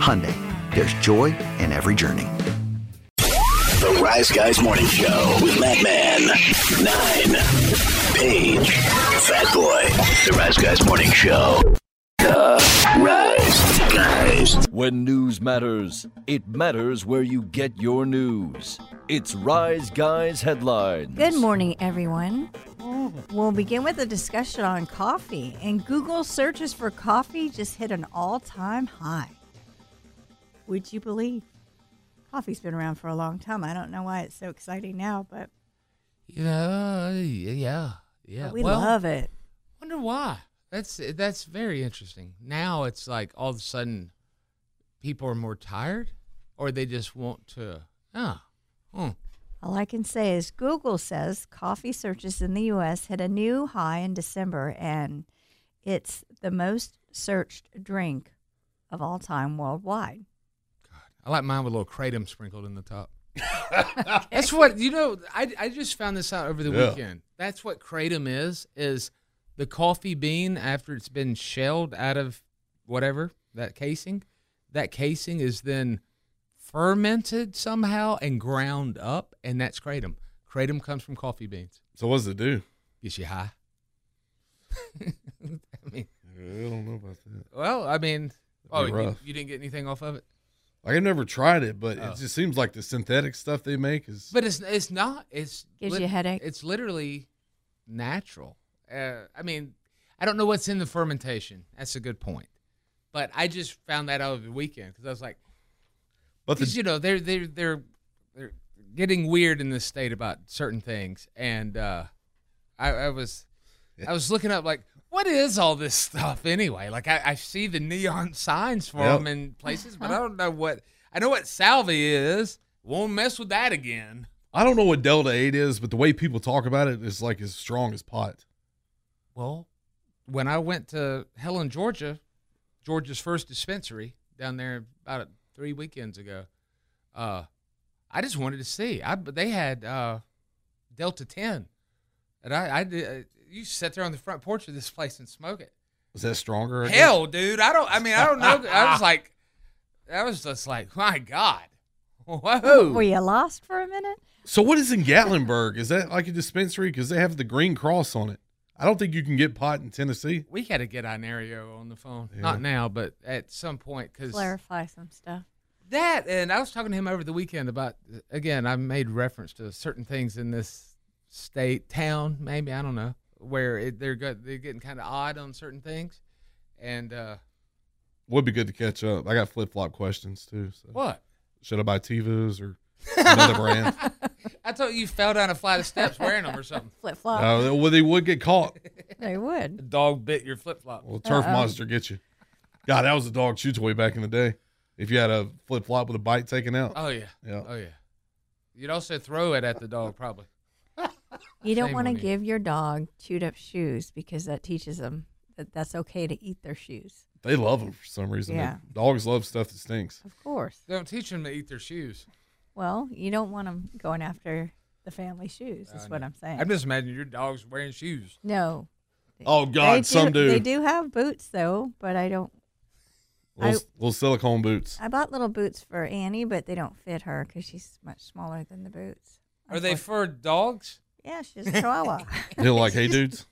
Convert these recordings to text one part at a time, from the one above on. Hyundai, there's joy in every journey. The Rise Guys Morning Show with Matt Man, Nine, Paige, Fat Boy. The Rise Guys Morning Show. The Rise Guys. When news matters, it matters where you get your news. It's Rise Guys headlines. Good morning, everyone. We'll begin with a discussion on coffee, and Google searches for coffee just hit an all time high. Would you believe? Coffee's been around for a long time. I don't know why it's so exciting now, but Yeah, uh, yeah, yeah. we well, love it. Wonder why? That's that's very interesting. Now it's like all of a sudden, people are more tired, or they just want to. Ah, hmm. All I can say is Google says coffee searches in the U.S. hit a new high in December, and it's the most searched drink of all time worldwide. I like mine with a little kratom sprinkled in the top. Uh, That's what you know. I, I just found this out over the weekend. That's what kratom is is the coffee bean after it's been shelled out of whatever that casing. That casing is then fermented somehow and ground up, and that's kratom. Kratom comes from coffee beans. So what does it do? Gets you high. I mean, I don't know about that. well, I mean, oh, you, rough. you didn't get anything off of it, Like I've never tried it, but Oh. it just seems like the synthetic stuff they make is. but it's it's not. It's Gives you a headache. It's literally natural. Uh, I mean, I don't know what's in the fermentation. That's a good point. But I just found that out over the weekend because I was like, but the, because you know they're they're they're they're getting weird in this state about certain things, and uh, I, I was I was looking up like what is all this stuff anyway? Like I, I see the neon signs for Yep. them in places, Uh-huh. but I don't know what I know what salvia is. Won't mess with that again. I don't know what Delta Eight is, but the way people talk about it is like as strong as pot. Well, when I went to Helen, Georgia, Georgia's first dispensary down there about three weekends ago, uh, I just wanted to see. I but they had uh, Delta Ten, and I, I did. uh, You sit there on the front porch of this place and smoke it. Is that stronger? I guess? Hell, dude, I don't. I mean, I don't know. I was like, I was just like, my God, whoa. Were you lost for a minute? So what is in Gatlinburg? Is that like a dispensary? Because they have the green cross on it. I don't think you can get pot in Tennessee. We got to get Inario on the phone. Yeah. Not now, but at some point, because Clarify some stuff. That and I was talking to him over the weekend about again. I made reference to certain things in this state, town, maybe I don't know where it, they're got, they're getting kind of odd on certain things. And uh, Would be good to catch up. I got flip flop questions too. So. what? Should I buy Tevas or another brand? I thought you fell down a flight of steps wearing them or something. Flip flop. Uh, well, they would get caught. They would. The dog bit your flip flop. Well, turf monster get you. God, that was a dog chew toy back in the day. If you had a flip flop with a bite taken out, Oh yeah. Yeah. Oh yeah. You'd also throw it at the dog probably. You don't Shame want to on you. give your dog chewed up shoes because that teaches them that that's okay to eat their shoes. they love them for some reason. Yeah. Dogs love stuff that stinks. Of course. Don't teach them to eat their shoes. Well, you don't want them going after the family shoes. Is I what know. I'm saying. I'm just imagining your dog's wearing shoes. no. Oh God, they some do. They dude. do have boots though, but I don't. Little, little silicone boots. I bought little boots for Annie, but they don't fit her because she's much smaller than the boots. Are they for dogs? Yeah, she's a chihuahua. They're like, hey dudes.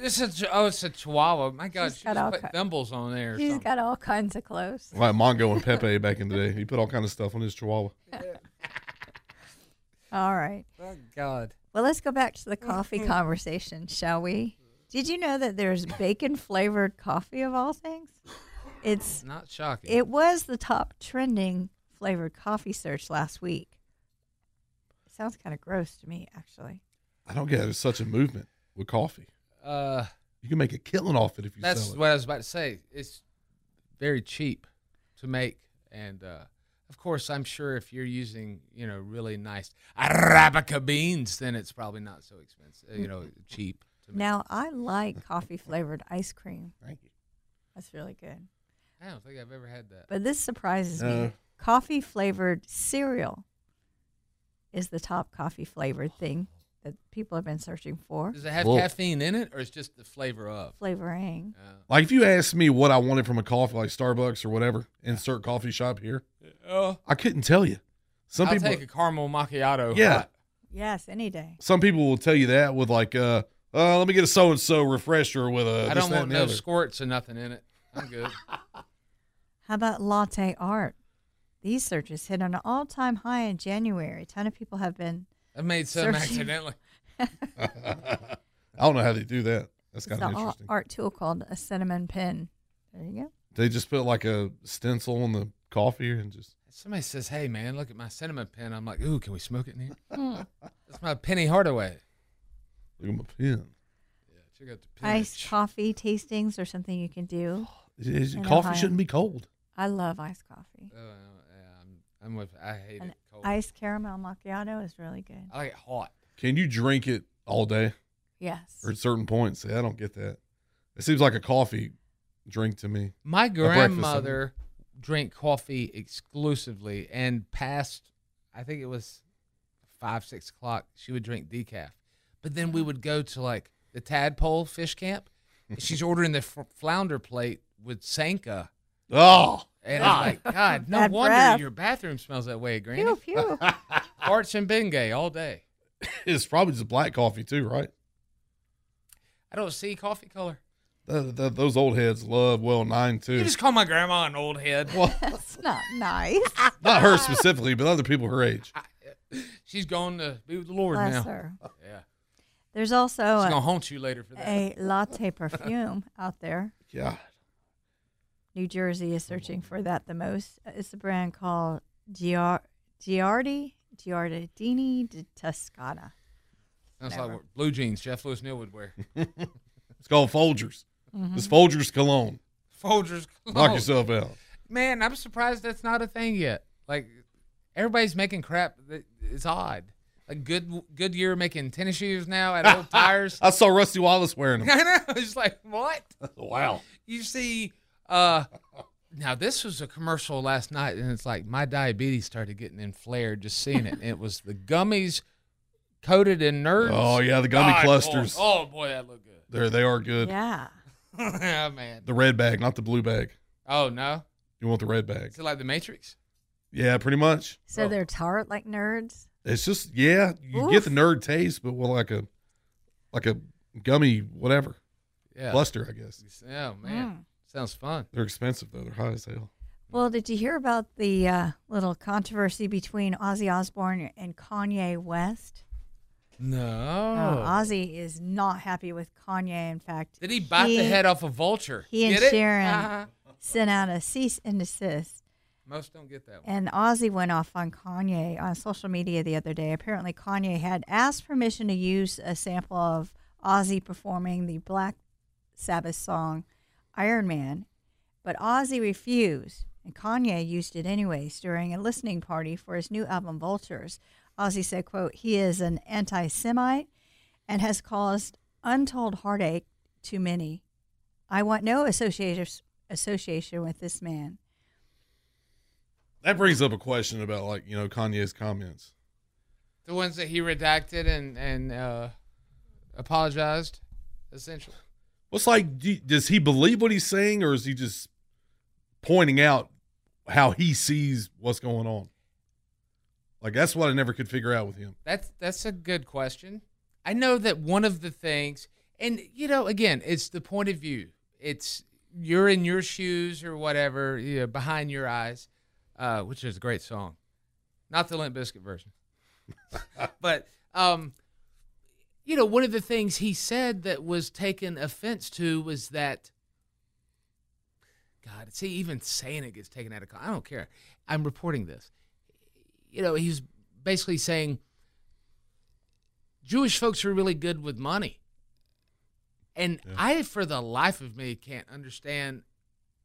This is oh, it's a chihuahua. My God, She's she got just all put ki- thimbles on there. Or she's something. got all kinds of clothes. Like Mongo and Pepe back in the day. He put all kind of stuff on his chihuahua. All right. My God, Well, let's go back to the coffee conversation, shall we? Did you know that there's bacon flavored coffee of all things? It's not shocking. it was the top trending flavored coffee search last week. Sounds kind of gross to me, actually. I don't get it. It's such a movement with coffee. uh, You can make a killing off it if you that's sell it. what I was about to say. It's very cheap to make, and uh, of course, I'm sure if you're using you know really nice arabica beans, then it's probably not so expensive. uh, You know, cheap. To make. Now I like coffee flavored ice cream. Thank you. That's really good. I don't think I've ever had that. But this surprises No. Uh. me. Coffee flavored cereal is the top coffee flavored thing that people have been searching for. Does it have Whoa. caffeine in it, or it's just the flavor of? Uh, Flavoring. Like if you asked me what I wanted from a coffee, like Starbucks or whatever, insert coffee shop here, Oh, I couldn't tell you. Some I'll people, take a caramel macchiato. yeah, hot. Yes, any day. some people will tell you that with like, uh, uh let me get a so and so refresher with a. I Uh, this, don't that, want and the no other. squirts or nothing in it. I'm good. How about latte art? These searches hit an all time high in January. A ton of people have been. I made some Searching. accidentally. I don't know how they do that. That's It's kind an of all interesting. art tool called a cinnamon pin. There you go. They just put like a stencil on the coffee and just. Somebody says, "Hey, man, look at my cinnamon pen." I'm like, "Ooh, can we smoke it in here?" That's my Penny Hardaway. Look at my pen. Yeah, check out the Iced pitch. coffee tastings are something you can do. It- it- In coffee Ohio. shouldn't be cold. I love iced coffee. Oh, yeah, I'm, I'm with. I hate An it cold. iced caramel macchiato is really good. I like it hot. Can you drink it all day Yes. or at certain points? See, I don't get that. It seems like a coffee drink to me. My breakfast something. grandmother drank coffee exclusively, and past, I think it was five, six o'clock, she would drink decaf. But then we would go to like the tadpole fish camp. and she's ordering the f- flounder plate with Sanka. Oh, And I'm like, God, no Bad wonder breath. your bathroom smells that way, Granny. Pew, pew. Arts and Bengay all day. it's probably just black coffee too, right? I don't see coffee color. Th th those old heads love well nine too. You just call my grandma an old head. well, That's not nice. not Ah! her specifically, but other people her age. She's going to be with the Lord now. Bless her. Yeah. There's also She's going to a, haunt you later for that. a latte perfume out there. Yeah, New Jersey Mm-hmm. is searching for that the most. Uh, It's a brand called Giar- Giardi Giardini di Toscana. That's Never. like what blue jeans Jeff Lewis Neal would wear. it's called Folgers. It's Folgers cologne. Mm-hmm. Folgers. Knock cologne. yourself out. Man, I'm surprised that's not a thing yet. Like, everybody's making crap. That, it's odd. Like, good Goodyear making tennis shoes now at old tires. I saw Rusty Wallace wearing them. I know. It's like, what? wow. You see, uh, now this was a commercial last night, and it's like my diabetes started getting inflared just seeing it. And it was the gummies coated in nerds. Oh yeah, the gummy God, clusters. Boy. Oh boy, that looked good. There they are good. Yeah. oh man. The red bag, not the blue bag. Oh no, You want the red bag? is it like the Matrix? Yeah, pretty much. So Oh. they're tart like nerds. It's just yeah, you get the nerd taste, but with like a like a gummy whatever Yeah. cluster, I guess. Oh man, Mm. sounds fun. They're expensive though. They're high as hell. Well, did you hear about the uh, little controversy between Ozzy Osbourne and Kanye West? No. Uh, Ozzy is not happy with Kanye. In fact, Did he bite the head off a vulture? he and Get it? Sharon. Uh-huh. Sent out a cease and desist. Most don't get that one. And Ozzy went off on Kanye on social media the other day. Apparently, Kanye had asked permission to use a sample of Ozzy performing the Black Sabbath song Iron Man, but Ozzy refused, and Kanye used it anyways during a listening party for his new album Vultures. Ozzy said, quote, he is an anti-Semite and has caused untold heartache to many. I want no association association with this man. That brings up a question about like you know Kanye's comments. The ones that he redacted and and uh, apologized, essentially. What's like? Do, does he believe what he's saying, or is he just pointing out how he sees what's going on? Like that's what I never could figure out with him. That's that's a good question. I know that one of the things, and you know, again, it's the point of view. It's you're in your shoes or whatever, you know, behind your eyes, uh, which is a great song, not the Limp Biscuit version, but um, you know, one of the things he said that was taken offense to was that. God, see, even saying it gets taken out of context. I don't care. I'm reporting this. You know, he's basically saying Jewish folks are really good with money. And I, for the life of me, can't understand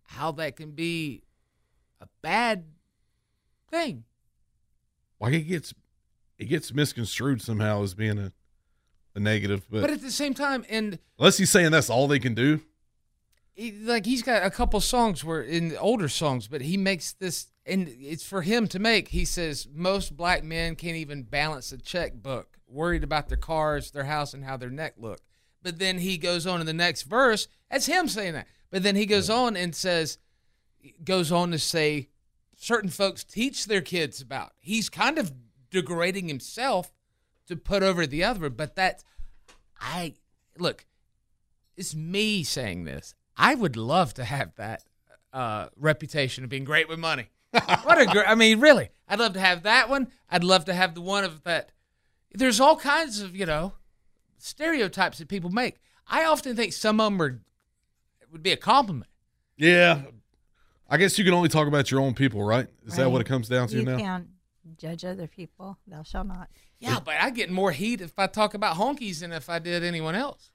how that can be a bad thing. Like it gets it gets misconstrued somehow as being a a negative, but, But at the same time, and unless he's saying that's all they can do, he, like he's got a couple songs where in older songs, but he makes this, and it's for him to make. He says most black men can't even balance a checkbook, worried about their cars, their house, and how their neck look. But then he goes on in the next verse. That's him saying that. But then he goes on and says, goes on to say, certain folks teach their kids about. He's kind of degrading himself to put over the other, but that I look it's me saying this. I would love to have that uh, reputation of being great with money. what a great! I mean, really, I'd love to have that one. I'd love to have the one of that. There's all kinds of you know stereotypes that people make. I often think some of them are would be a compliment. yeah. I guess you can only talk about your own people, right? Is that Right. what it comes down to you now? can't judge other people. Thou shalt not. Yeah, but I get more heat if I talk about honkies than if I did anyone else.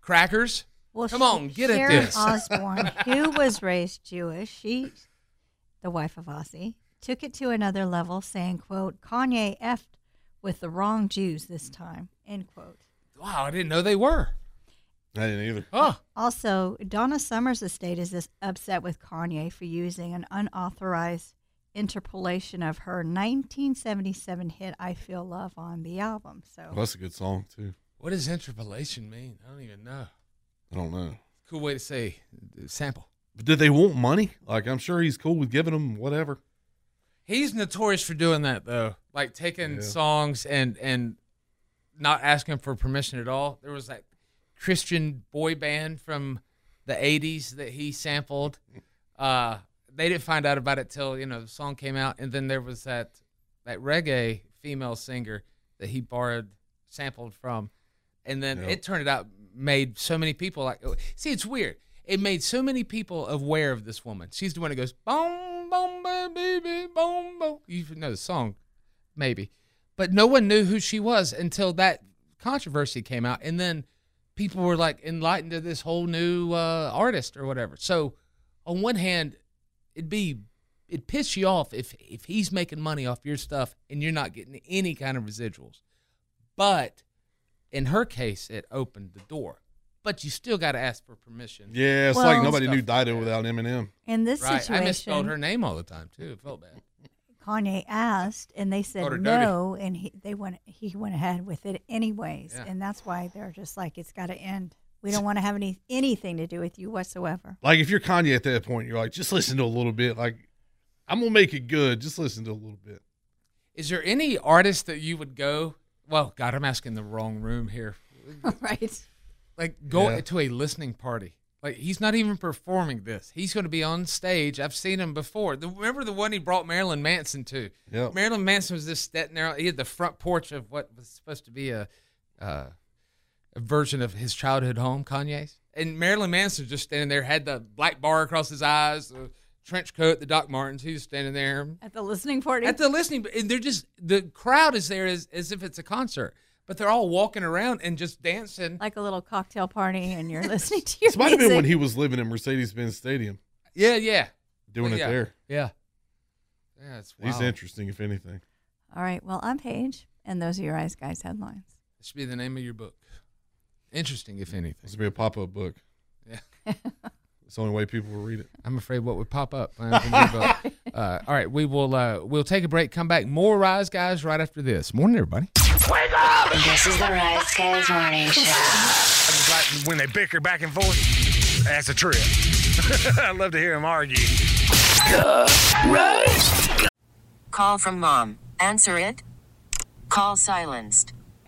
Crackers. Well, Come Sh- on, get at Sharon this. Osborne, who was raised Jewish, she, the wife of Ozzy, took it to another level, saying, "quote Kanye effed with the wrong Jews this time." End quote. Wow, I didn't know they were. I didn't either. Oh, Also, Donna Summers' estate is this upset with Kanye for using an unauthorized interpolation of her 1977 hit "I Feel Love" on the album. Well, So, that's a good song too. what does interpolation mean? I don't even know. I don't know. Cool way to say uh, sample. But did they want money? Like I'm sure he's cool with giving them whatever. He's notorious for doing that though, like taking Yeah. songs and and not asking for permission at all. There was that Christian boy band from the '80s that he sampled. Uh, they didn't find out about it till you know the song came out, and then there was that that reggae female singer that he borrowed sampled from, and then Yeah. it turned out made so many people like see it's weird. It made so many people aware of this woman. She's the one that goes boom boom ba- baby boom boom. You know the song, maybe, but no one knew who she was until that controversy came out, and then people were like enlightened to this whole new uh, artist or whatever. So on one hand, it'd be it'd piss you off if if he's making money off your stuff and you're not getting any kind of residuals. But in her case, it opened the door. But you still got to ask for permission. Yeah, it's Well- like nobody knew Stuff. Dido without Eminem. in this right. I misspelled situation, her name all the time too. It felt bad. Kanye asked, and they Called her said dirty. no, and he they went he went ahead with it anyways, Yeah. and that's why they're just like it's got to end. We don't want to have any anything to do with you whatsoever. Like if you're Kanye at that point, you're like, just listen to a little bit. Like I'm gonna make it good. Just listen to a little bit. Is there any artist that you would go? Well, God, I'm asking the wrong room here. right? like go Yeah. to a listening party. Like he's not even performing this. He's going to be on stage. I've seen him before. The, remember the one he brought Marilyn Manson to? Yep. Marilyn Manson was just sitting there. He had the front porch of what was supposed to be a, uh, a version of his childhood home, Kanye's. And Marilyn Manson just standing there, had the black bar across his eyes, the trench coat, the Doc Martens. He was standing there, At the listening party, at the listening, and they're just the crowd is there as, as if it's a concert, but they're all walking around and just dancing. like a little cocktail party, and you're listening to your This might have been when music. he was living in Mercedes Benz Stadium, Yeah, yeah. doing Yeah. it there. Yeah. Yeah, it's wild. He's interesting, if anything. All right, well, I'm Paige, and those are your Eyes Guys headlines. It should be the name of your book. Interesting, if anything. This would be a pop up book. Yeah. It's the only way people will read it. I'm afraid what would pop up uh, from your book. Uh, all right, we will uh, we'll take a break. Come back. More Rise Guys right after this. Morning, everybody. This is the Rise Guys Morning Show. I just like when they bicker back and forth. That's a trip. I love to hear them argue. Call from mom. Answer it. Call silenced.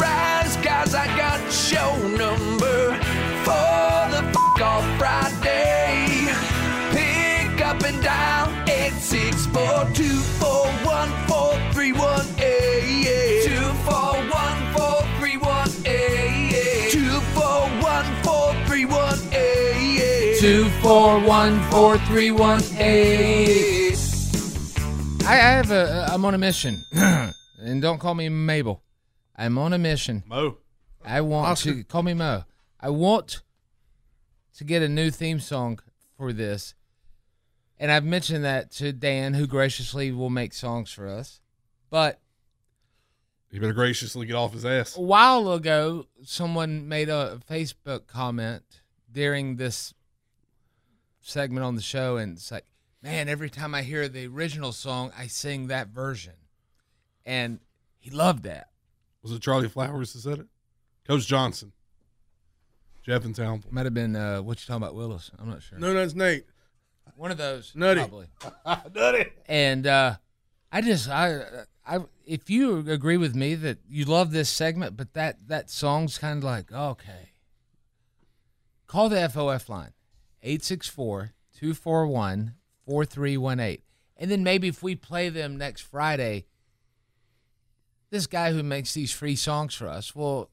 Rise, guys, I got show number for the f- off Friday. Pick up and dial 864-241-4318. 241-4318. 241-4318. Two four one four three one eight. I, I have a. I'm on a mission, and don't call me Mabel. I'm on a mission. Mo. I want to call me Mo. I want to get a new theme song for this, and I've mentioned that to Dan, who graciously will make songs for us. But You better graciously get off his ass. a while ago, someone made a Facebook comment during this segment on the show, and it's like, man, every time I hear the original song, I sing that version, and he loved that. Was it Charlie Flowers that said it? Coach Johnson. Jeff and Townville. Might have been uh, what you talking about, Willis? I'm not sure. No, that's Nate. One of those, Nutty. probably. Nutty. And uh, I just, I, I, if you agree with me that you love this segment, but that that song's kind of like okay. Call the FOF line, 864-241-4318. and then maybe if we play them next Friday, this guy who makes these free songs for us will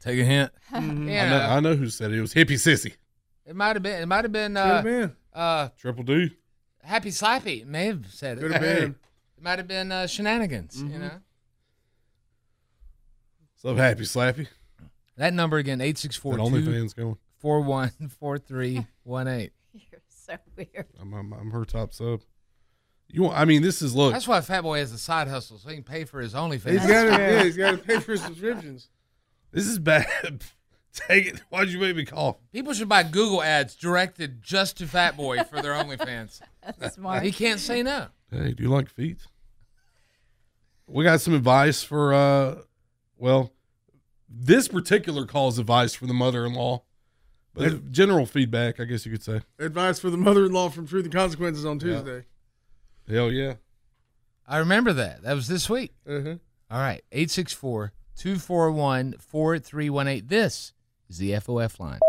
take a hint. I, Yeah, know, I know who said it. It was Hippie Sissy. it might have been, it might have been, Could have uh, been. uh, Triple D. Happy Slappy may have said it. Could have been. Mm-hmm. It might have been uh, shenanigans, you know. What's up, Happy Slappy? That number again, That 864 OnlyFans going. 414318. You're so weird. I'm, I'm, I'm her top sub. You want, I mean, this is look. That's why Fatboy has a side hustle, so he can pay for his He's OnlyFans. got to, yeah, he's got to pay for subscriptions. This is bad. Take it. Why'd you make me cough? People should buy Google ads directed just to Fatboy for their OnlyFans. That's smart. He can't say no. Hey, do you like feet? We got some advice for, uh, well, this particular call's advice for the mother-in-law, but general feedback, I guess you could say. Advice for the mother-in-law from Truth and Consequences on Tuesday. Hell yeah. Mm-hmm. I remember that. That was this week. Uh-huh. All right, 864 241 4318. This is the FOF line.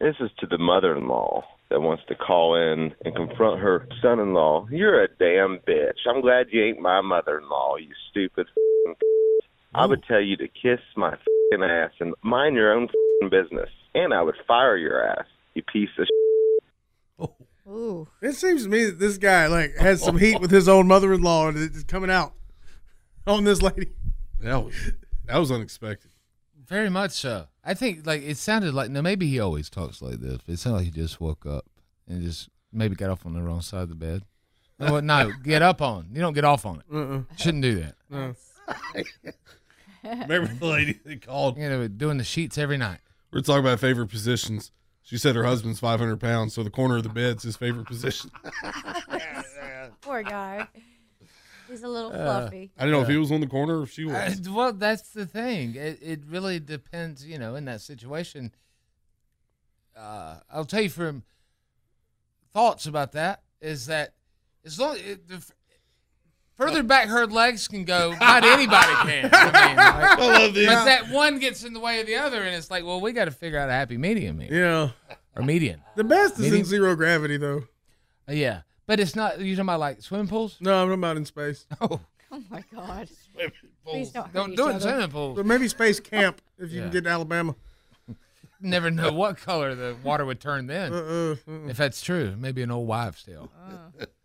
This is to the mother in law. that wants to call in and confront her son in law. You're a damn bitch. I'm glad you ain't my mother in law, you stupid. f***ing c- I would tell you to kiss my fing ass and mind your own fing business. And I would fire your ass, you piece of Ooh. It seems to me that this guy like has some heat with his own mother-in-law, and it's coming out on this lady. That was that was unexpected. Very much so. I think like it sounded like no, maybe he always talks like this. But it sounded like he just woke up and just maybe got off on the wrong side of the bed. No, what- no, get up on. You don't get off on it. Uh-uh. Shouldn't do that. Remember the lady that called? You know, doing the sheets every night. We're talking about favorite positions. She said her husband's 500 pounds, so the corner of the bed's his favorite position. Poor guy. He's a little Uh, fluffy. I don't know if he was on the corner or if she was. I- well, that's the thing. It, it really depends, you know, in that situation. Uh, I'll tell you from thoughts about that is that as long it, the, f- further back her legs can go, not anybody can. I, mean, like, I love these. But that one gets in the way of the other, and it's like, well, we got to figure out a happy medium here. Yeah. Or median. The best is Maybe- in zero gravity, though. Uh, yeah, but it's not. You talking about like swimming pools? No, I'm talking about in space. Oh, Oh my God. Please don't. hurt Don't each do it in other. swimming pools. But maybe space camp if you Yeah. can get to Alabama. Never know what color the water would turn then. Uh-uh, If that's true, maybe an old wives' tale.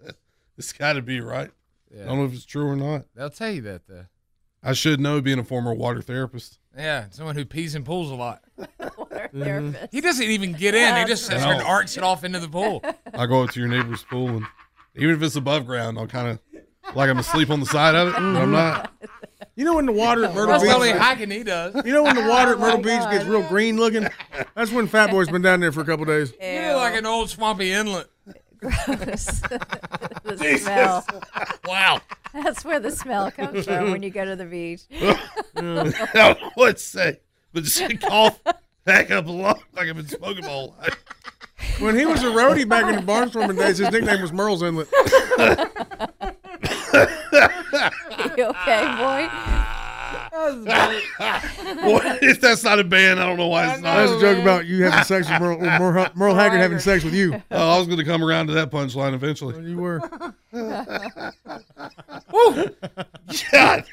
Oh. it's got to be right. Yeah. I don't know if it's true or not. They'll tell you that though. I should know being a former water therapist. Yeah, someone who pees in pools a lot. Mm-hmm. therapist. He doesn't even get in. Um, He just sits there and No. arcs it off into the pool. I go up to your neighbor's pool, and even if it's above ground, I'll kind of like I'm asleep on the side of it, but I'm not. You know when the water at Myrtle That's Beach. probably hiking he does. You know when the water at Oh, Myrtle my Beach God. gets real green looking? That's when Fat Boy's been down there for a couple days. You look like an old swampy inlet. Gross. the Jesus. smell. Wow. That's where the smell comes from when you go to the beach. I would say, but just cough back up a lot like I've been smoking my whole life. When he was a roadie back in the barnstorming days, his nickname was Merle's Inlet. you okay, boy? What if that's not a band? I don't know why it's not. That's a joke about you having sex with Merle, or Merle, Merle Haggard having sex with you. Oh, I was going to come around to that punchline eventually. You were. Woo! God.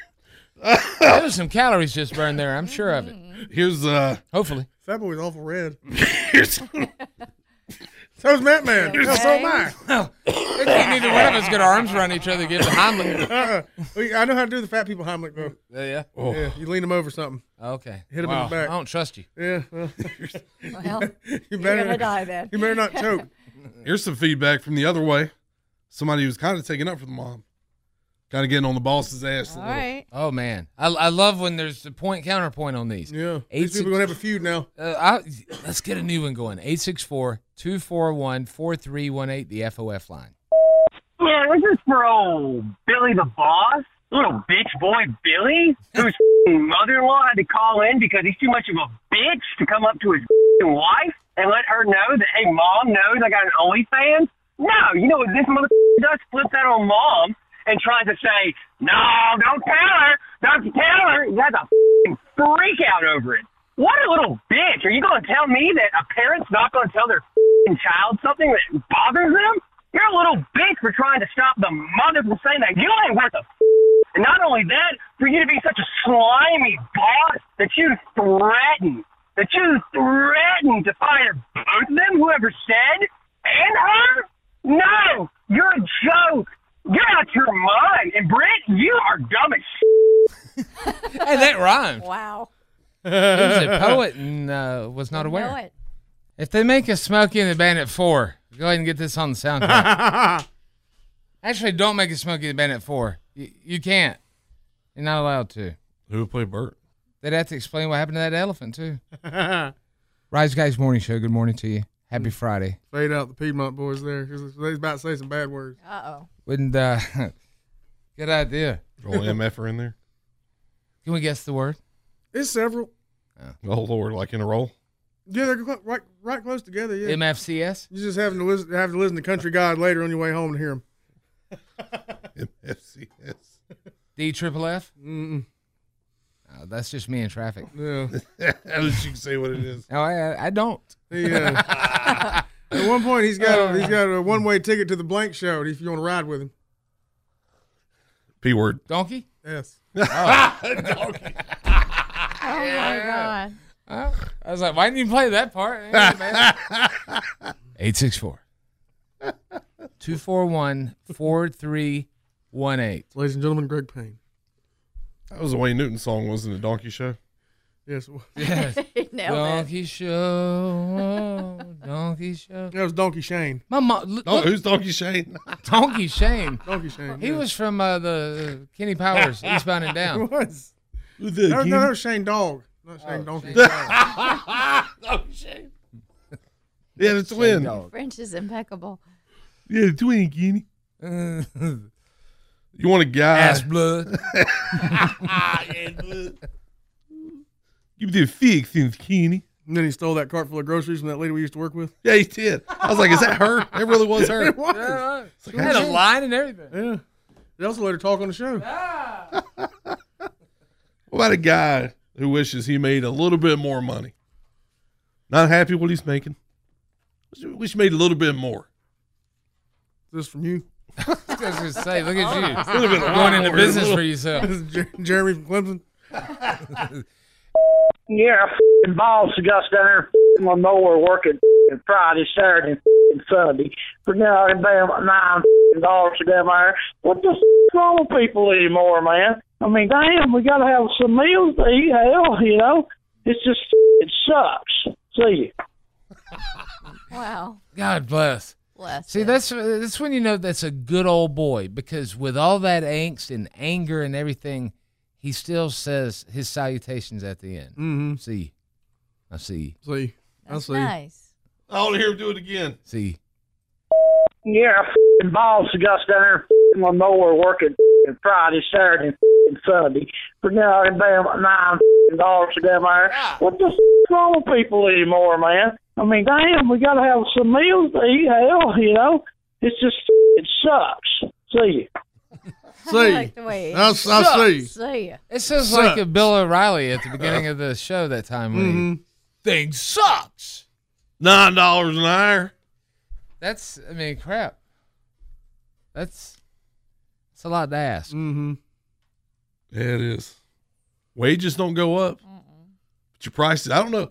There's some calories just burned there. I'm sure of it. Here's uh hopefully. Fat Boy's awful red. Here's, So's Matt Man. Here's- Hell, so am I. They can't neither one of us get our arms around each other to get the Heimlich. Uh-uh. We- I know how to do the fat people Heimlich though. Yeah, yeah. Yeah, you lean them over something. Okay. Hit them Wow. in the back. I don't trust you. Yeah. Well, you're gonna die then. You better not choke. here's some feedback from the other way. Somebody who's kind of taking up for the mom, kind of getting on the boss's ass. a little. Oh man, I, I love when there's the point counterpoint on these. Yeah, These people gonna have a feud now. Uh, I, let's get a new one going. 864-241-4318, The FOF line. Yeah, this is for old Billy the Boss, little bitch boy Billy, whose mother-in-law had to call in because he's too much of a bitch to come up to his wife and let her know that hey, mom knows I got an OnlyFans. No, you know what this mother does? Flip that on mom and tries to say, no, don't tell her, don't tell her. You have a freak out over it. What a little bitch! Are you going to tell me that a parent's not going to tell their f***ing child something that bothers them? You're a little bitch for trying to stop the mother from saying that you ain't worth a. F-. And not only that, for you to be such a slimy boss that you threaten, that you threaten to fire both of them, whoever said, and her. No, you're a joke. You're out your mind. And Brent, you are dumb as. Hey, that rhymed. Wow. He was a poet and uh, was not aware. Know it. If they make a Smokey and the Bandit 4, go ahead and get this on the soundtrack. Actually, don't make a Smokey and the Bandit 4. You, you can't. You're not allowed to. Who would play Bert? They'd have to explain what happened to that elephant, too. Rise Guys Morning Show, good morning to you. Happy Friday. Fade out the Piedmont boys there because they was about to say some bad words. Uh oh. Wouldn't, uh, good idea. Roll MF in there. Can we guess the word? It's several. Oh Lord, like in a roll. Yeah, they're cl- right, right close together. Yeah. MFCS. You just having to listen, have to listen to Country God later on your way home to hear him. MFCS. D triple F? Mm-mm. that's just me in traffic. Oh, Yeah. At least you can say what it is. No, I, I don't. Yeah. uh, At one point, he's got a, he's got Uh. a one way ticket to the blank show. If you want to ride with him, P word. Donkey? Yes. Donkey. Oh my god. I was like, why didn't you play that part? Eh, man. 864 241 4318. Ladies and gentlemen, Greg Payne. That was a Wayne Newton song, wasn't it? Donkey Show. Yes. Yes. Nailed donkey show, donkey show. That was Donkey Shane. My mom. No, who's Donkey Shane? donkey Shane. Donkey Shane. He was from uh, the Kenny Powers, Eastbound and Down. It was. Who's No, no, no, Shane Dog. Not Shane Donkey. oh, shit. Yeah, the twin. French is impeccable. Yeah, the twin, Kenny. You want a guy? Ass blood. Give me the fig things, Kenny. And then he stole that cart full of groceries from that lady we used to work with. Yeah, he did. I was like, is that her? It really was her. it was. Yeah, It's like, he had a hey. line and everything. Yeah. They also let her talk on the show. What about a guy who wishes he made a little bit more money? Not happy with what he's making. Wish- Wish he made a little bit more. This from you. I was gonna say, look It at you would've been a lot going into more. business for yourself. This is Jer- Jeremy from Clemson. Yeah, f***ing balls to us down there. f***ing Lawnmower working f***ing Friday, Saturday, and Sunday. But now they're damn nine f***ing dollars to down there. What the f*** is wrong with people anymore, man? I mean, damn, we gotta have some meals to eat. Hell, you know, it's just f***ing it sucks. See you. Wow. God bless. Bless See, that's that's when you know that's a good old boy because with all that angst and anger and everything, he still says his salutations at the end. Mm-hmm. See, I see, See, I That's see. Nice. I want to hear him do it again. see. Yeah, f***ing balls to us down there. F***ing Lawnmower working f***ing Friday, Saturday, and f***ing Sunday. But now they're damn nine f***ing dollars to down there. What the f*** is wrong with people anymore, man? I mean, damn, we gotta have some meals to eat. Hell, you know, it's just f***ing it sucks. See you. See. like the way he- I, I see. See ya. It sounds Sucks. Mm-hmm. like a Bill O'Reilly at the beginning of the show that time. When he, Thing sucks. Nine dollars an hour. That's I mean, crap. That's that's a lot to ask. Mm-hmm. Yeah, it is. Wages don't go up, but your prices. I don't know.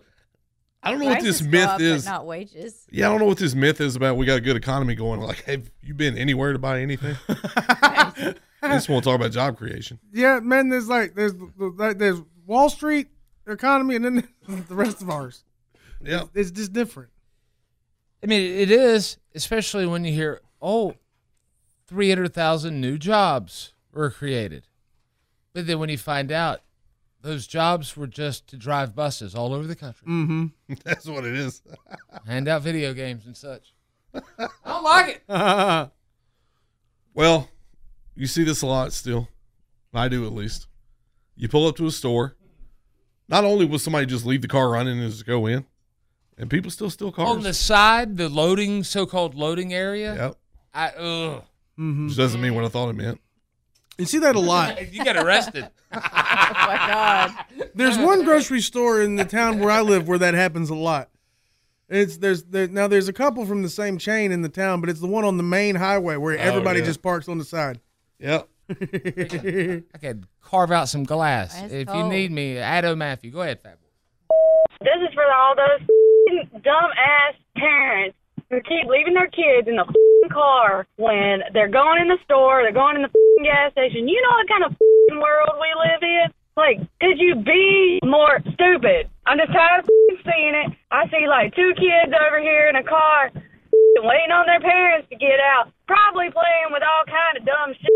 I don't know Prices what this go myth up, but is. Not wages. Yeah, I don't know what this myth is about. We got a good economy going. Like, have you been anywhere to buy anything? I just want to talk about job creation. Yeah, man. There's like there's like there's Wall Street economy, and then there's the rest of ours. Yeah, It's just different. I mean, it is, especially when you hear, oh, 300,000 new jobs were created. But then when you find out, those jobs were just to drive buses all over the country, Mm-hmm. That's what it is. hand out video games and such. I don't like it. Well, you see this a lot still. I do at least. You pull up to a store. Not only will somebody just leave the car running and just go in, and people still steal cars. On the side, the loading, so called loading area. Yep. I, ugh. Which doesn't mean what I thought it meant. You see that a lot. You got arrested. Oh my god. There's Oh, one grocery store in the town where I live where that happens a lot. It's there's there, now there's a couple from the same chain in the town, but it's the one on the main highway where everybody Oh, yeah. just parks on the side. Yep. I could carve out some glass. That's if you cold. need me, Adam Matthew, go ahead, Fat Boy. This is for all those f***ing dumbass parents who keep leaving their kids in the f***ing car when they're going in the store, they're going in the f***ing gas station. You know what kind of f***ing world we live in? Like, could you be more stupid? I'm just tired of f***ing seeing it. I see like two kids over here in a car f***ing waiting on their parents to get out, probably playing with all kind of dumb shit.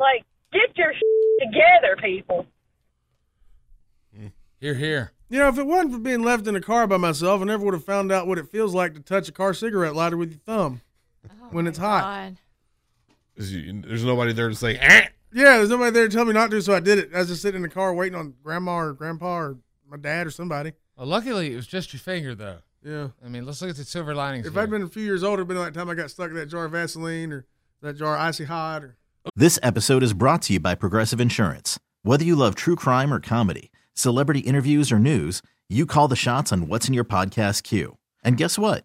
Like, get your shit together, people. Here, here. You know, if it wasn't for being left in a car by myself, I never would have found out what it feels like to touch a car cigarette lighter with your thumb Oh when it's hot. God. 'Cause you- There's nobody there to say, eh. Yeah, there's nobody there to tell me not to, so I did it. I was just sitting in the car waiting on grandma or grandpa or my dad or somebody. Well, luckily, it was just your finger, though. Yeah. I mean, let's look at the silver linings. If here. I'd been a few years older, it'd been like the time I got stuck in that jar of Vaseline or that jar of icy hot or This episode is brought to you by Progressive Insurance. Whether you love true crime or comedy, celebrity interviews or news, you call the shots on what's in your podcast queue. And guess what?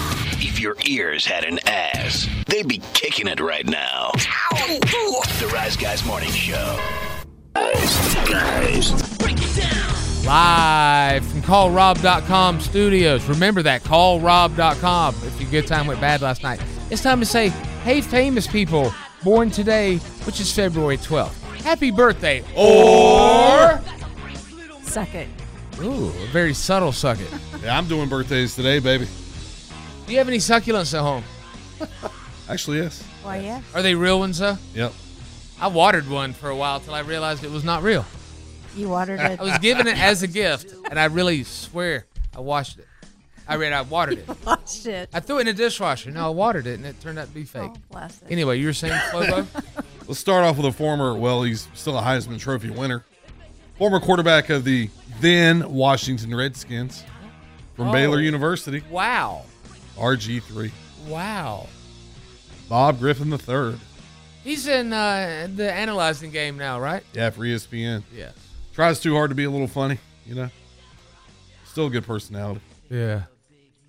If your ears had an ass, they'd be kicking it right now. The Rise Guys Morning Show. Rise Guys. Live from callrob.com studios. Remember that, callrob.com. If your good time went bad last night, it's time to say, hey, famous people born today, which is February 12th. Happy birthday, or. Suck it. Ooh, a very subtle suck it. Yeah, I'm doing birthdays today, baby. Do you have any succulents at home? Actually, yes. Why, yeah. Are they real ones, though? Yep. I watered one for a while till I realized it was not real. You watered it. I was given it as a gift, and I really swear I washed it. I read I watered it. Watched it. I threw it in the dishwasher. No, I watered it, and it turned out to be fake. Oh, Bless it. Anyway, you were saying Flobo? Let's start off with a former, well, he's still a Heisman Trophy winner. Former quarterback of the then Washington Redskins from Oh. Baylor University, wow. RG3. Wow. Bob Griffin III. He's in uh, the analyzing game now, right? Yeah, for E ESPN. Yes. Tries too hard to be a little funny, you know? Still a good personality. Yeah.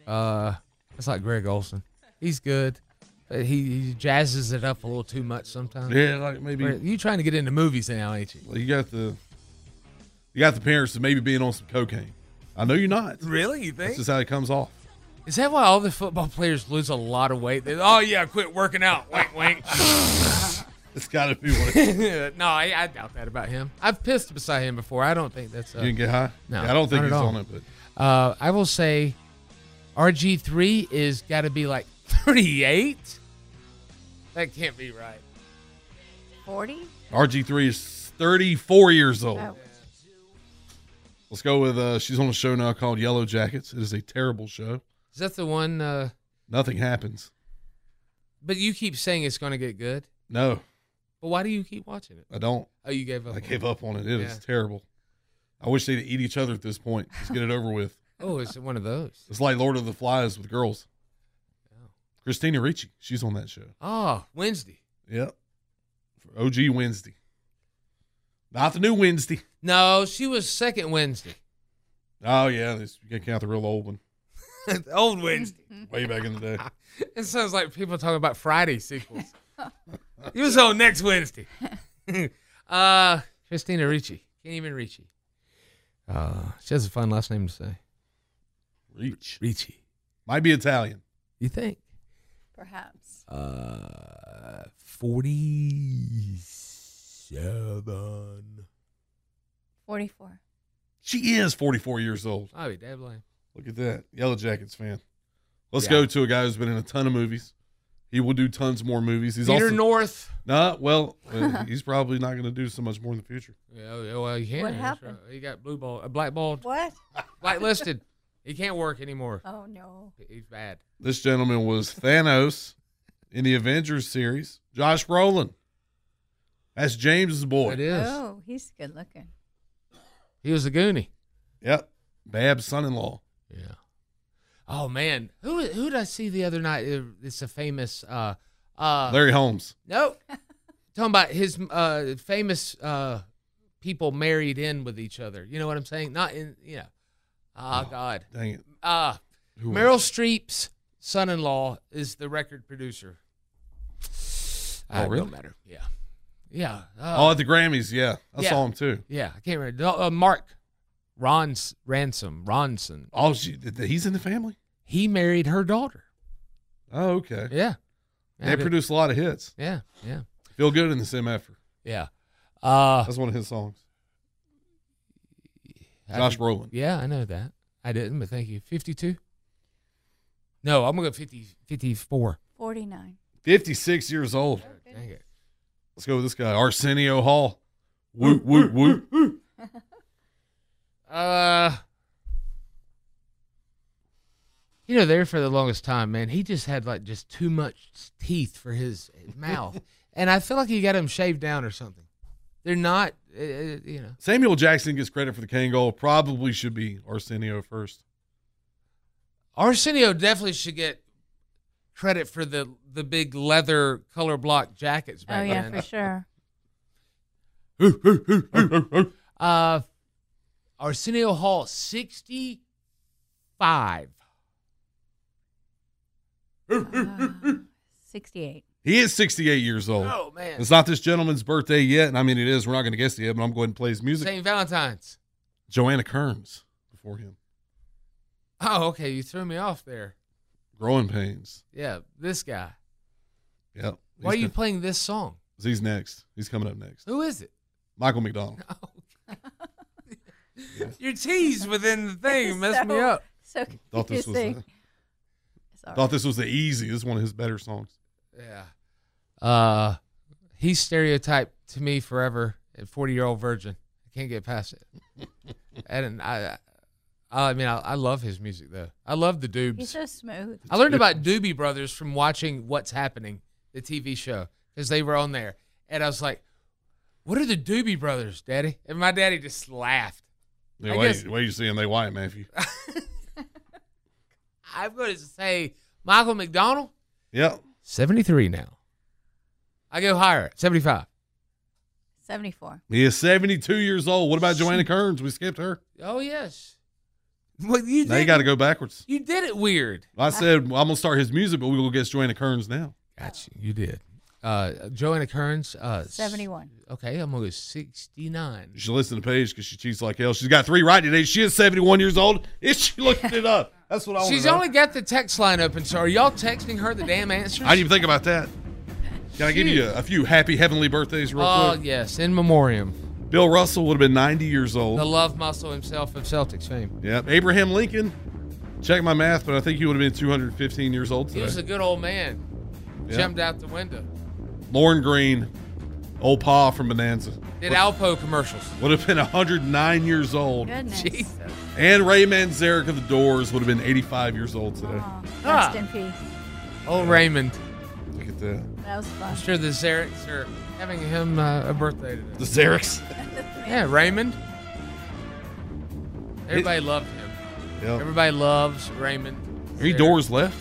Uh, it's like Greg Olson. He's good. But he, he jazzes it up a little too much sometimes. Yeah, like maybe- Where- You trying to get into movies now, ain't you? Well, you got the you got the parents of maybe being on some cocaine. I know you're not. Really? You That's think? just how it comes off. Is that why all the football players lose a lot of weight? They, oh yeah, quit working out. Wink, wink. It's got to be what it- no, I, I doubt that about him. I've pissed beside him before. I don't think that's. Uh, You didn't get high? No, Yeah, I don't think not he's at all. on it, but uh, I will say, RG three is got to be like thirty eight. That can't be right. 40? RG3 is 34 years old. Oh. Let's go with uh she's on a show now called Yellow Jackets. It is a terrible show. Is that the one? Uh, Nothing happens. but you keep saying it's going to get good. No, But why do you keep watching it? I don't. Oh, you gave up. I on gave it. up on it. It is Yeah. terrible. I wish they'd eat each other at this point. Just get it over with. Oh, it's one of those. It's like Lord of the Flies with girls. Christina Ricci, she's on that show. Oh, Wednesday. Yep. For OG Wednesday. Not the new Wednesday. No, she was second Wednesday. Oh yeah, this, you can't count the real old one. Old Wednesday. Way back in the day. It sounds like people talking about Friday sequels. you was on next Wednesday. uh, Christina Ricci. Can't even Ricci. Uh, she has a fun last name to say. Reach. Ricci. Might be Italian. You think? Perhaps. Uh, 47. 44. She is 44 years old. I'll be dabbling. Look at that. Yellow Jackets fan. Let's Yeah. go to a guy who's been in a ton of movies. He will do tons more movies. He's Peter also North. Nah, well, uh, he's probably not going to do so much more in the future. Yeah, oh, yeah, well, you can't. What That's happened? right. He got blue ball, uh, black balled, What? blacklisted. he can't work anymore. Oh, no. He's bad. This gentleman was Thanos in the Avengers series. Josh Brolin. That's James's boy. It is. Oh, he's good looking. He was a goonie. Yep. Bab's son-in-law. Yeah. Oh man, who who did I see the other night? It- It's a famous uh uh Larry Holmes. No. talking about his uh, famous uh, people married in with each other. You know what I'm saying? Not in, you know. Ah, God. Oh, Dang it. Uh, Who was Meryl Streep's son in law is the record producer. Oh, really? Don't matter. Yeah. Yeah. uh, oh, at the Grammys, yeah, I yeah. saw him too. Yeah. I can't remember. No, Uh, Mark Rons, Ransom. Ronson. Oh, she, th- th- he's in the family? He married her daughter. Oh, okay. Yeah. They produced a lot of hits. Yeah. Yeah. Feel good in the same effort. Yeah. Uh, That's one of his songs. I Josh did- Brolin. Yeah, I know that. I didn't, but thank you. 52? No, I'm going to go 50, 54. 49. 56 years old. Dang it. Let's go with this guy, Arsenio Hall. Woot, woot, woot. Uh, you know, there for the longest time, man, he just had like just too much teeth for his mouth. and I feel like he got him shaved down or something. They're not, uh, uh, you know. Samuel Jackson gets credit for the Kangol. Probably should be Arsenio first. Arsenio definitely should get credit for the the big leather color block jackets Oh, back yeah, then. for sure. Uh, Arsenio Hall, 65. Uh, 68. He is 68 years old. Oh, man. It's not this gentleman's birthday yet. And I mean, it is. We're not going to guess yet, but I'm going to play his music. St. Valentine's. Joanna Kerms before him. Oh, okay. You threw me off there. Growing Pains. Yeah, this guy. Yep. Why are He's you ne- playing this song? He's next. He's coming up next. Who is it? Michael McDonald. Your tease within the thing messed me So- up. So Thought this was confusing. the- It's all Thought right. this was the easy. This is one of his better songs. Yeah. Uh, he's stereotyped to me forever. A forty-year-old virgin. I can't get past it. and I, I, I mean, I, I love his music though. I love the Dubs. He's so smooth. I learned about Doobie Brothers from watching What's Happening, the TV show, because they were on there, and I was like, "What are the Doobie Brothers, Daddy?" And my daddy just laughed. Yeah, I wait, guess- wait, you see him. They white, Matthew. I'm going to say Michael McDonald. yep. 73 now. I go higher, 75. 74. He is 72 years old. What about Joanna Kearns? We skipped her. Oh yes. Well, you Now you did, got to go backwards. you did it weird. I said, well, I'm going to start his music, but we will guess Joanna Kearns now. Gotcha. You did. Uh, Joanna Kearns. Uh, s- 71. Okay, I'm going to go 69. You should listen to Paige because she cheats like hell. She's got three right today. She is 71 years old. Is she looking it up? That's what I want She's to know. only got the text line open, so are y'all texting her the damn answers? I didn't even think about that. Can I give you a, a few happy heavenly birthdays real Oh, quick? yes, in memoriam. Bill Russell would have been 90 years old. The love muscle himself of Celtics fame. Yep. Abraham Lincoln. Check my math, but I think he would have been 215 years old He today. was a good old man. Yeah. Jumped out the window. Lauren Green, old Pa from Bonanza, Did Alpo commercials. would have been 109 years old. Goodness. And Ray Manzarek of the Doors would have been 85 years old today. Rest in peace. Oh, Raymond. Look at that. That was fun. I'm sure the Zareks are having him uh, a birthday today. The Zareks. Yeah, Raymond. Everybody loved him. Yeah. Everybody loves Raymond. Three Zarek. doors left.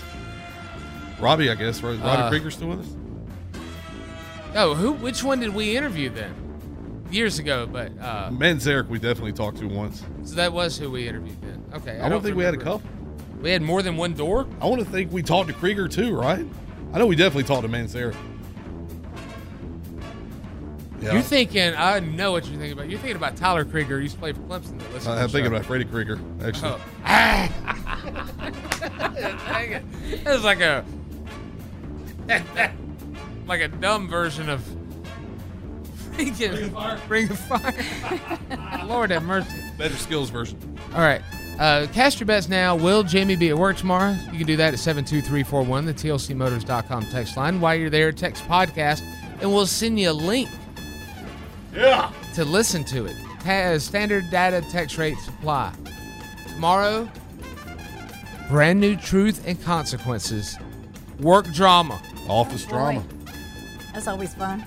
Robbie, I guess. Robbie Uh, Krieger still with us? Oh, who? Which one did we interview then? Years ago, but uh, Manzarek, we definitely talked to once. so that was who we interviewed then. Okay, I don't think we had a remember. couple. We had more than one door. I want to think we talked to Krieger too, right? I know we definitely talked to Manzarek. Yeah. You're thinking, I know what you're thinking about. You're thinking about Tyler Krieger. who used to play for Clemson. That listened to I- the I'm thinking show. about Freddy Krieger, actually. Oh. Dang it. It was like a like a dumb version of freaking Ring of Fire. Lord have mercy. Better skills version. All right. Uh, cast your bets now. Will Jamie be at work tomorrow? You can do that at 72341, the TLCmotors.com text line. While you're there, text podcast, and we'll send you a link Yeah. to listen to it. Ta- standard data text rate supply. Tomorrow, brand new truth and consequences. Work drama. Office drama. That's always fun.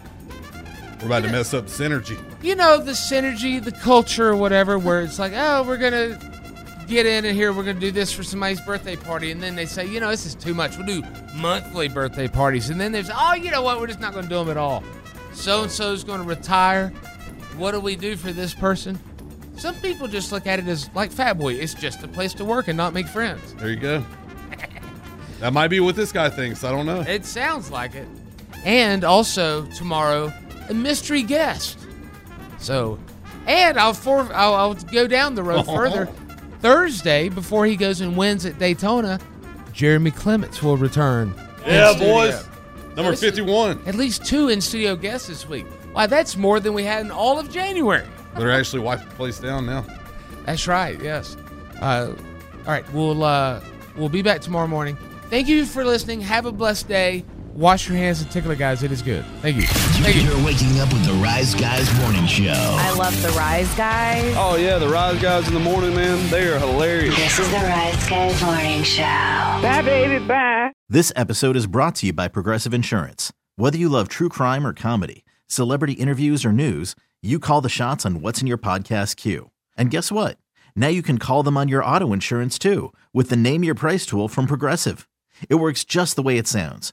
We're about to mess up synergy. You know, the synergy, the culture, or whatever, where it's like, oh, we're going to get in and here, we're going to do this for somebody's birthday party. And then they say, you know, this is too much. We'll do monthly birthday parties. And then there's, oh, you know what? We're just not going to do them at all. so and so's going to retire. What do we do for this person? Some people just look at it as like Fat Boy. It's just a place to work and not make friends. There you go. That might be what this guy thinks. I don't know. It sounds like it. And also tomorrow, a mystery guest. So, and I'll for I'll, I'll go down the road further. Thursday, before he goes and wins at Daytona, Jeremy Clements will return. in Yeah, studio. boys. Number This is 51. At least two in studio guests this week. Why, that's more than we had in all of January. They're actually wiping the place down now. That's right. Yes. Uh, all right. We'll uh, we'll be back tomorrow morning. Thank you for listening. Have a blessed day. Wash your hands and tickle guys. It is good. Thank you. You're waking up with the Rise Guys Morning Show. I love the Rise Guys. Oh yeah, the Rise Guys in the morning, man. They are hilarious. This is the Rise Guys Morning Show. Bye, baby, bye. This episode is brought to you by Progressive Insurance. Whether you love true crime or comedy, celebrity interviews or news, you call the shots on what's in your podcast queue. And guess what? Now you can call them on your auto insurance too with the Name Your Price tool from Progressive. It works just the way it sounds.